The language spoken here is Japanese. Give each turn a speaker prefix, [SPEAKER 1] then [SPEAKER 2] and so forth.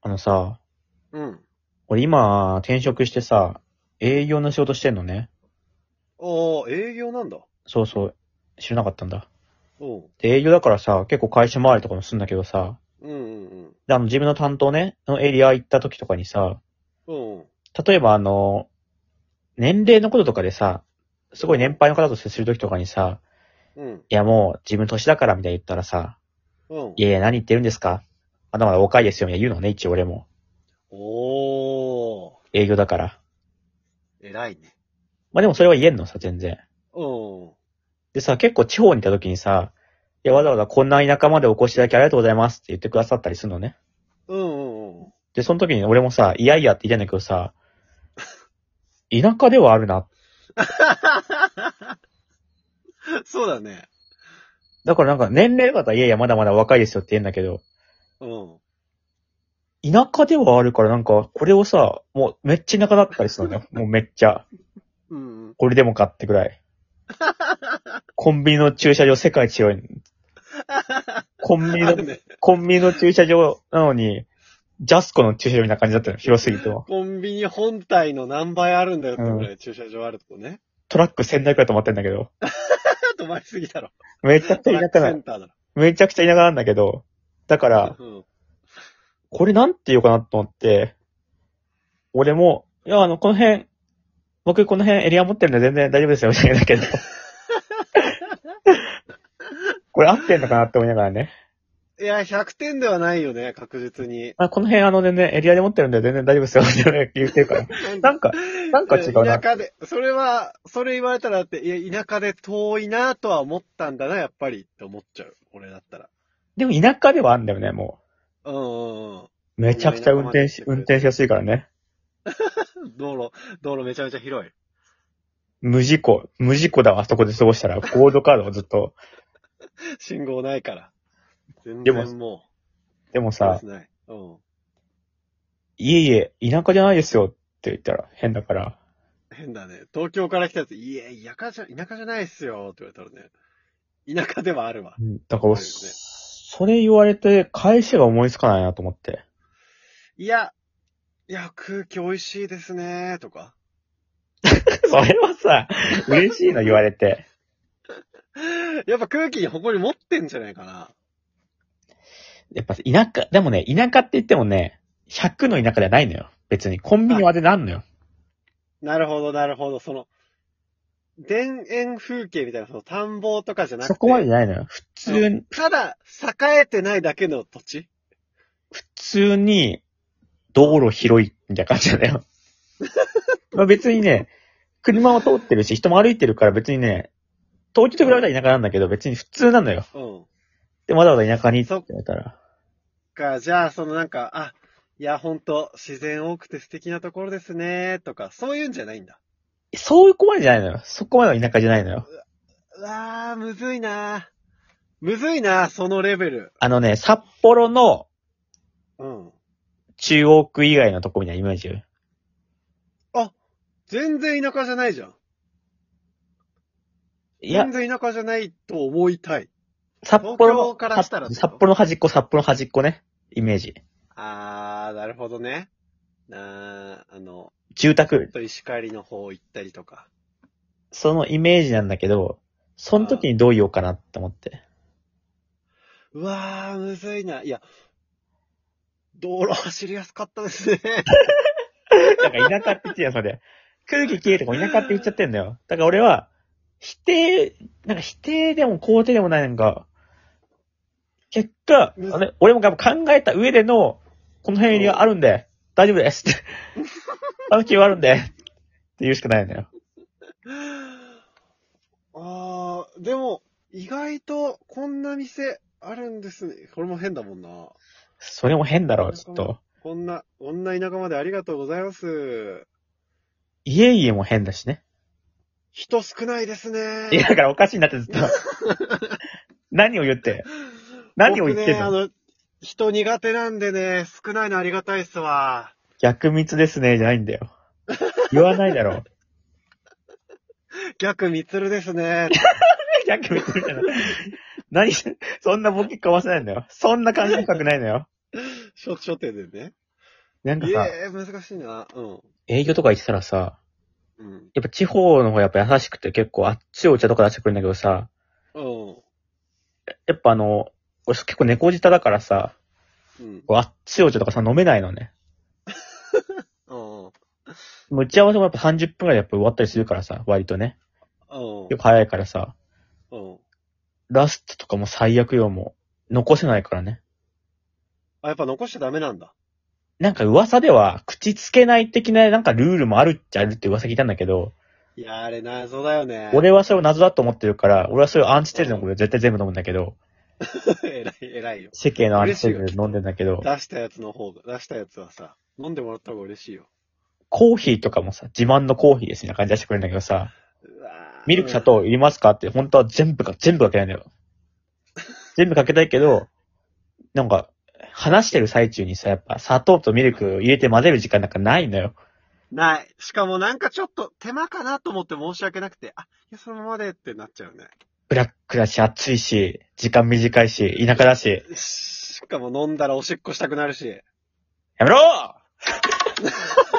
[SPEAKER 1] あのさ、
[SPEAKER 2] うん。
[SPEAKER 1] 俺今、転職してさ、営業の仕事してんのね。
[SPEAKER 2] ああ、営業なんだ。
[SPEAKER 1] そうそう、知らなかったんだ。
[SPEAKER 2] おう。
[SPEAKER 1] で、営業だからさ、結構会社回りとかもするんだけどさ、
[SPEAKER 2] うんうん
[SPEAKER 1] で、あの、自分の担当ね、のエリア行った時とかにさ、
[SPEAKER 2] うん。うん。
[SPEAKER 1] 例えばあの、年齢のこととかでさ、すごい年配の方と接する時とかにさ、
[SPEAKER 2] うん。
[SPEAKER 1] いやもう自分年だからみたいに言ったらさ、
[SPEAKER 2] うん
[SPEAKER 1] い。やいや何言ってるんですかまだまだ若いですよみたいな言うのね、一応俺も。
[SPEAKER 2] おー。
[SPEAKER 1] 営業だから。
[SPEAKER 2] 偉いね。
[SPEAKER 1] まあでもそれは言えんのさ、全然。
[SPEAKER 2] うん。
[SPEAKER 1] でさ、結構地方にいた時にさ、いや、わざわざこんな田舎までお越しいただきありがとうございますって言ってくださったりするのね。
[SPEAKER 2] うんうんうん。
[SPEAKER 1] で、その時に俺もさ、いやいやって言いたいんだけどさ、田舎ではあるな。
[SPEAKER 2] そうだね。
[SPEAKER 1] だからなんか年齢方いやいやまだまだ若いですよって言うんだけど、
[SPEAKER 2] うん。
[SPEAKER 1] 田舎ではあるからなんか、これをさ、もうめっちゃ田舎だったりするのね。もうめっちゃ。
[SPEAKER 2] うんうん。
[SPEAKER 1] これでもかってぐらい。コンビニの駐車場世界一多い。コンビニ
[SPEAKER 2] あ
[SPEAKER 1] の
[SPEAKER 2] る、ね。
[SPEAKER 1] コンビニの駐車場なのに、ジャスコの駐車場みたいな感じだったの。広すぎても。
[SPEAKER 2] コンビニ本体の何倍あるんだよってぐらい駐車場あるとこね。
[SPEAKER 1] トラック1000台くらい止まってんだけど、
[SPEAKER 2] ちょっと前すぎ だろ。
[SPEAKER 1] めちゃくちゃ田舎な、
[SPEAKER 2] セ ンターだ
[SPEAKER 1] めちゃくちゃ田舎なんだけど、だから、
[SPEAKER 2] ろ。
[SPEAKER 1] これなんて言うかなと思って、俺も、いや、あの、この辺、僕この辺エリア持ってるんで全然大丈夫ですよ、みたいなだ けど。これ合ってんのかなって思いながらね。
[SPEAKER 2] うん。いや、100点ではないよね、確実に。
[SPEAKER 1] あこの辺あの全然エリアで持ってるんで全然大丈夫ですよ、みたいな言ってる から。なんか、なんか違うな
[SPEAKER 2] 田。舎で、それは、それ言われたらだって、いや、田舎で遠いなとは思ったんだな、やっぱりって思っちゃう。俺だったら。
[SPEAKER 1] でも田舎ではあるんだよね、も
[SPEAKER 2] うんうん
[SPEAKER 1] う。めちゃくちゃ運転し、運転しやすいからね。
[SPEAKER 2] うん。道路、道路めちゃめちゃ広い。
[SPEAKER 1] 無事故、無事故だわ、あそこで過ごしたら、ゴールドカードをずっと。
[SPEAKER 2] 信号ないから。全
[SPEAKER 1] でも
[SPEAKER 2] 然も
[SPEAKER 1] でも
[SPEAKER 2] う、そうで
[SPEAKER 1] さ
[SPEAKER 2] す、ね。うん。
[SPEAKER 1] いえいえ、田舎じゃないですよって言ったら変だから、
[SPEAKER 2] 変だね。東京から来たやつ、いえ、田舎じゃ、田舎じゃないっすよ、って言われたらね。田舎ではあるわ。
[SPEAKER 1] だから、
[SPEAKER 2] そうですね
[SPEAKER 1] それ言われて返しが思いつかないなと思って。
[SPEAKER 2] いや、いや、空気美味しいですね、とか。
[SPEAKER 1] それはさ、嬉しいの言われて。
[SPEAKER 2] やっぱ空気に誇り持ってんじゃないかな。
[SPEAKER 1] やっぱ田舎、でもね、田舎って言ってもね、100の田舎じゃないのよ。別に、コンビニはでなんのよ。
[SPEAKER 2] なるほど、なるほど。その、田園風景みたいな、その田んぼとかじゃなくて。
[SPEAKER 1] そこまでじゃないのよ。普通に、
[SPEAKER 2] ただ、栄えてないだけの土地
[SPEAKER 1] 普通に、道路広い、みたいな感じなんだ よ。まあ別にね、車も通ってるし、人も歩いてるから別にね、東京と比べたら田舎なんだけど、別に普通なのよ。
[SPEAKER 2] うん。
[SPEAKER 1] で、わざわざ田舎にって言われたら。
[SPEAKER 2] か、じゃあ、そのなんか、あ、いや、ほんと、自然多くて素敵なところですね、とか、そういうんじゃないんだ。
[SPEAKER 1] そういうこまでじゃないのよ。そこまでの田舎じゃないのよ。
[SPEAKER 2] うわー、むずいなむずいなそのレベル。
[SPEAKER 1] あのね、札幌の
[SPEAKER 2] うん。
[SPEAKER 1] 中央区以外のとこみたいなイメージ。
[SPEAKER 2] 全然田舎じゃないじゃん。
[SPEAKER 1] いや
[SPEAKER 2] 全、然田舎じゃないと思いたい。
[SPEAKER 1] 札幌
[SPEAKER 2] 東
[SPEAKER 1] の
[SPEAKER 2] 京、からしたら
[SPEAKER 1] 札札幌の端っこ、札幌の端っこね。イメージ。
[SPEAKER 2] あー、なるほどね。なー、あの、
[SPEAKER 1] 住宅、
[SPEAKER 2] と石狩の方行ったりとか。
[SPEAKER 1] そのイメージなんだけど、その時にどう言おうかなって思って。
[SPEAKER 2] うわー、むずいな。いや、道路走りやすかったですね。
[SPEAKER 1] だから田舎って言ってんやん、それ。空気消えても田舎って言っちゃってんだよ。だから俺は、否定、なんか否定でも肯定でもないなんか、結果、
[SPEAKER 2] うん
[SPEAKER 1] あれ俺もやっぱ考えた上での、この辺にあるんで、大丈夫ですって。あの気はあるんで、って言うしかないんだよ。
[SPEAKER 2] あー、でも、意外とこんな店あるんですね。これも変だもんな。
[SPEAKER 1] それも変だろう、ちょっと。
[SPEAKER 2] こんな、こんな田舎までありがとうございます。
[SPEAKER 1] 家々も変だしね。
[SPEAKER 2] 人少ないです
[SPEAKER 1] いや、
[SPEAKER 2] ね。
[SPEAKER 1] だからおかしいなってずっと。何を言って。何を言ってん
[SPEAKER 2] 僕ね、
[SPEAKER 1] の
[SPEAKER 2] あの、人苦手なんでね、少ないのありがたいっすわ。
[SPEAKER 1] 逆密ですね、じゃないんだよ。言わないだろう。
[SPEAKER 2] 逆ミツルですね。
[SPEAKER 1] 逆見てるじゃない。何、そんなボケかわせないんだよ。そんな感じ深くないのよ。
[SPEAKER 2] 書書店でね。
[SPEAKER 1] なんか
[SPEAKER 2] い
[SPEAKER 1] さ、
[SPEAKER 2] え、難しいな。うん。
[SPEAKER 1] 営業とか行ってたらさ、
[SPEAKER 2] うん。
[SPEAKER 1] やっぱ地方の方やっぱ優しくて結構あっちお茶とか出してくるんだけどさ、
[SPEAKER 2] うん。
[SPEAKER 1] やっぱあの、俺結構猫舌だからさ、
[SPEAKER 2] うん。
[SPEAKER 1] こうあっちお茶とかさ飲めないのね。
[SPEAKER 2] うん。
[SPEAKER 1] もう打ち合わせもやっぱ30分くらいでやっぱ終わったりするからさ、割とね。
[SPEAKER 2] うん
[SPEAKER 1] よく早いからさ、
[SPEAKER 2] うん。
[SPEAKER 1] ラストとかも最悪よもう残せないからね。
[SPEAKER 2] あ、やっぱ残しちゃダメなんだ。
[SPEAKER 1] なんか噂では、口つけない的ななんかルールもあるっちゃあるって噂聞いたんだけど、
[SPEAKER 2] いや、あれ謎だよね。
[SPEAKER 1] 俺はそれを謎だと思ってるから、俺はそれをアンチテーゼのこと絶対全部飲むんだけど、
[SPEAKER 2] 偉い、偉いよ。
[SPEAKER 1] 世間のアンチテーゼ飲んでんだけど、
[SPEAKER 2] 出したやつの方が、出したやつはさ、飲んでもらった方が嬉しいよ。
[SPEAKER 1] コーヒーとかもさ、自慢のコーヒーですね、感じ出してくれるんだけどさ、
[SPEAKER 2] うわー
[SPEAKER 1] ミルク砂。糖いりますかって、本当は全部か、全部かけないんだよ。全部かけたいけど、なんか、話してる最中にさ、やっぱ砂糖とミルク入れて混ぜる時間なんかないのよ。
[SPEAKER 2] ない。しかもなんかちょっと手間かなと思って申し訳なくて、あ、いや、そのままでってなっちゃうね。
[SPEAKER 1] ブラックだし、暑いし、時間短いし、田舎だし、
[SPEAKER 2] しかも飲んだらおしっこしたくなるし。
[SPEAKER 1] やめろー